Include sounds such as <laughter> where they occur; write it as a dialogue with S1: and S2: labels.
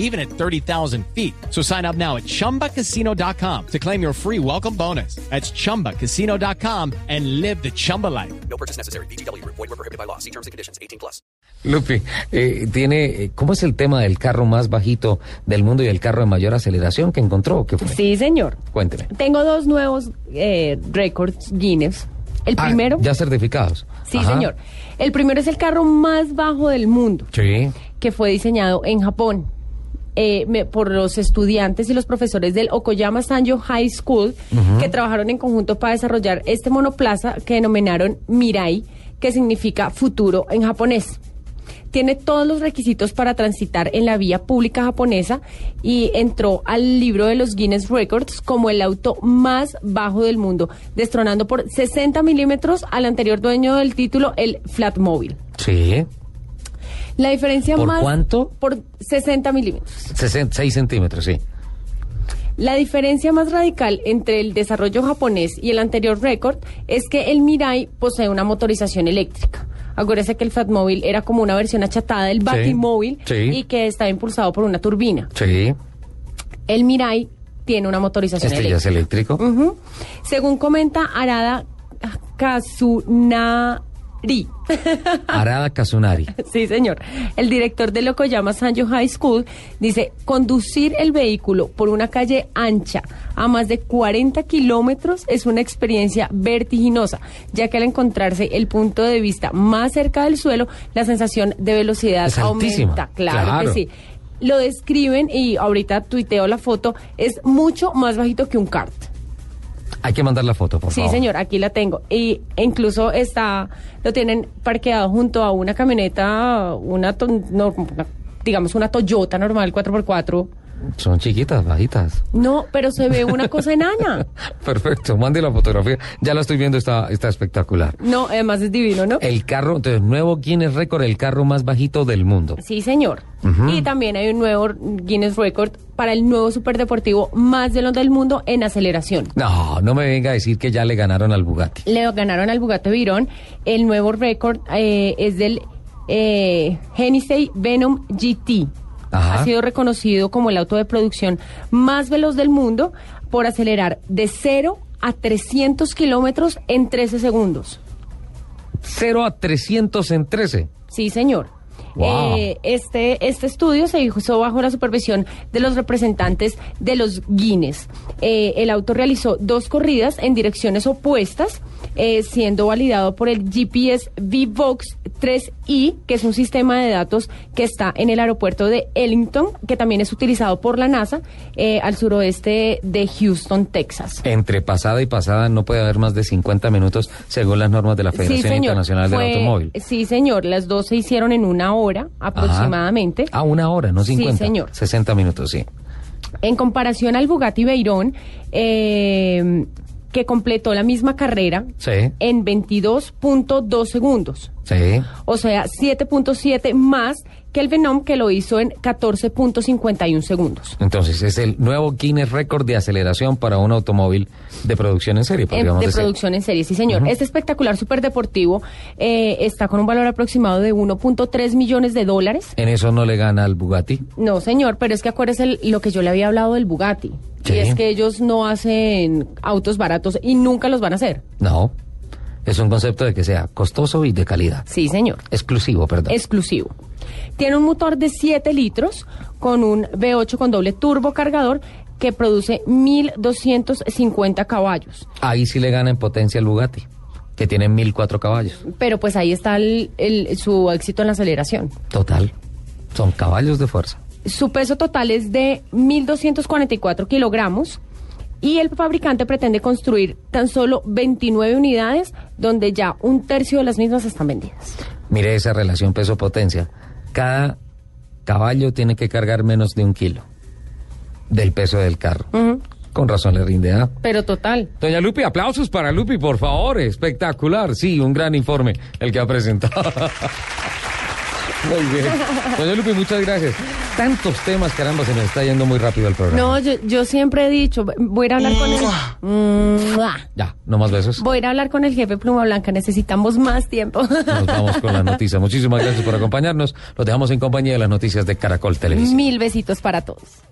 S1: even at 30,000 feet. So sign up now at ChumbaCasino.com to claim your free welcome bonus. That's ChumbaCasino.com and live the Chumba life.
S2: No purchase necessary. BGW. Void were prohibited by law. See terms and conditions. 18 plus.
S3: Lupi, eh, tiene, eh, ¿cómo es el tema del carro más bajito del mundo y el carro de mayor aceleración que encontró? ¿Qué fue?
S4: Sí, señor.
S3: Cuénteme.
S4: Tengo dos nuevos eh, récords Guinness. El
S3: Ah,
S4: primero,
S3: ya certificados.
S4: sí,
S3: Ajá.
S4: señor. El primero es el carro más bajo del mundo,
S3: Sí.
S4: que fue diseñado en Japón eh, me- por los estudiantes y los profesores del Okoyama Sanjo High School, que trabajaron en conjunto para desarrollar este monoplaza que denominaron Mirai, que significa futuro en japonés. Tiene todos los requisitos para transitar en la vía pública japonesa y entró al libro de los Guinness Records como el auto más bajo del mundo, destronando por 60 milímetros al anterior dueño del título, el Flatmobile.
S3: Sí.
S4: La diferencia
S3: ¿Por
S4: más...
S3: cuánto?
S4: Por 60 milímetros.
S3: 6 centímetros, sí.
S4: La diferencia más radical entre el desarrollo japonés y el anterior récord es que el Mirai posee una motorización eléctrica. Acuérdese que el Fatmobile era como una versión achatada del Batimóvil
S3: sí.
S4: y que está impulsado por una turbina.
S3: Sí.
S4: El Mirai tiene una motorización
S3: Este ya
S4: eléctrica.
S3: es eléctrico.
S4: Ujú. Según comenta Arada Kazunari,
S3: Arada Kazunari.
S4: <laughs> Sí, señor. El director de Locoyama Sanjo High School dice, conducir el vehículo por una calle ancha a más de 40 kilómetros es una experiencia vertiginosa, ya que al encontrarse el punto de vista más cerca del suelo, la sensación de velocidad
S3: Es altísima,
S4: aumenta. Claro,
S3: claro.
S4: que sí. Lo describen y ahorita tuiteo la foto, es mucho más bajito que un kart.
S3: Hay que mandar la foto, por
S4: Sí,
S3: favor.
S4: señor, aquí la tengo. Y e incluso está, lo tienen parqueado junto a una camioneta, una, to- no, una- digamos una Toyota normal 4x4.
S3: Son chiquitas, bajitas.
S4: No, pero se ve una
S3: <laughs>
S4: cosa enana.
S3: Perfecto, mande la fotografía. Ya la estoy viendo, está, está espectacular.
S4: No, además es divino, ¿no?
S3: El carro, entonces, nuevo Guinness Record, el carro más bajito del mundo.
S4: Sí, señor. Y también hay un nuevo Guinness Record para el nuevo superdeportivo más de los del mundo en aceleración.
S3: No, no me venga a decir que ya le ganaron al Bugatti.
S4: Le ganaron al Bugatti Virón. El nuevo récord eh, es del eh, Genesee Venom GT.
S3: Ajá.
S4: Ha sido reconocido como el auto de producción más veloz del mundo por acelerar de 0 a 300 kilómetros en 13 segundos.
S3: 0 a 300 en 13.
S4: Sí, señor.
S3: Wow.
S4: Eh, este, este estudio se hizo bajo la supervisión de los representantes de los Guinness. Eh, el auto realizó dos corridas en direcciones opuestas, eh, siendo validado por el GPS VVOX 3i, que es un sistema de datos que está en el aeropuerto de Ellington, que también es utilizado por la NASA eh, al suroeste de Houston, Texas.
S3: Entre pasada y pasada no puede haber más de 50 minutos según las normas de la Federación Internacional
S4: Fue-
S3: del Automóvil.
S4: Sí, señor. Las dos se hicieron en una hora
S3: Ajá.
S4: aproximadamente.
S3: Ah, una hora, no
S4: Sí,
S3: 50.
S4: señor.
S3: 60 minutos, sí.
S4: En comparación al Bugatti Veyron, eh, que completó la misma carrera
S3: Sí.
S4: en 22.2 segundos.
S3: Sí.
S4: O sea, 7.7 más que el Venom que lo hizo en 14.51 segundos.
S3: Entonces, es el nuevo Guinness récord de aceleración para un automóvil de producción en serie,
S4: En-
S3: podríamos
S4: de
S3: decir.
S4: producción en serie, sí señor. Este espectacular superdeportivo eh, está con un valor aproximado de 1.3 millones de dólares.
S3: En eso no le gana al Bugatti.
S4: No, señor, pero es que acuérdese el- lo que yo le había hablado del Bugatti.
S3: Sí.
S4: Y es que ellos no hacen autos baratos y nunca los van a hacer.
S3: No. Es un concepto de que sea costoso y de calidad.
S4: Sí, señor.
S3: Exclusivo, perdón.
S4: exclusivo. Tiene un motor de 7 litros con un V8 con doble turbo cargador que produce 1250 caballos.
S3: Ahí sí le gana en potencia al Bugatti, que tiene 1004 caballos.
S4: Pero pues ahí está el- el- su éxito en la aceleración.
S3: Total. Son caballos de fuerza.
S4: Su peso total es de 1244 kilogramos y el fabricante pretende construir tan solo 29 unidades donde ya un tercio de las mismas están vendidas.
S3: Mire esa relación peso-potencia. Cada caballo tiene que cargar menos de un kilo del peso del carro. Con razón le rinde, ¿ah?
S4: Pero total,
S3: Doña Lupi, aplausos para Lupi, por favor. Espectacular. Sí, un gran informe el que ha presentado. <laughs> Muy bien. Doña Lupi, muchas gracias. Tantos temas, caramba, se nos está yendo muy rápido el programa.
S4: No, yo, yo siempre he dicho, voy a ir a hablar con el... Mua.
S3: Ya, no más besos.
S4: Voy a ir a hablar con el jefe Pluma Blanca, necesitamos más tiempo.
S3: Nos vamos con
S4: <laughs>
S3: la noticia. Muchísimas gracias por acompañarnos. Los dejamos en compañía de las noticias de Caracol Televisión.
S4: Mil besitos para todos.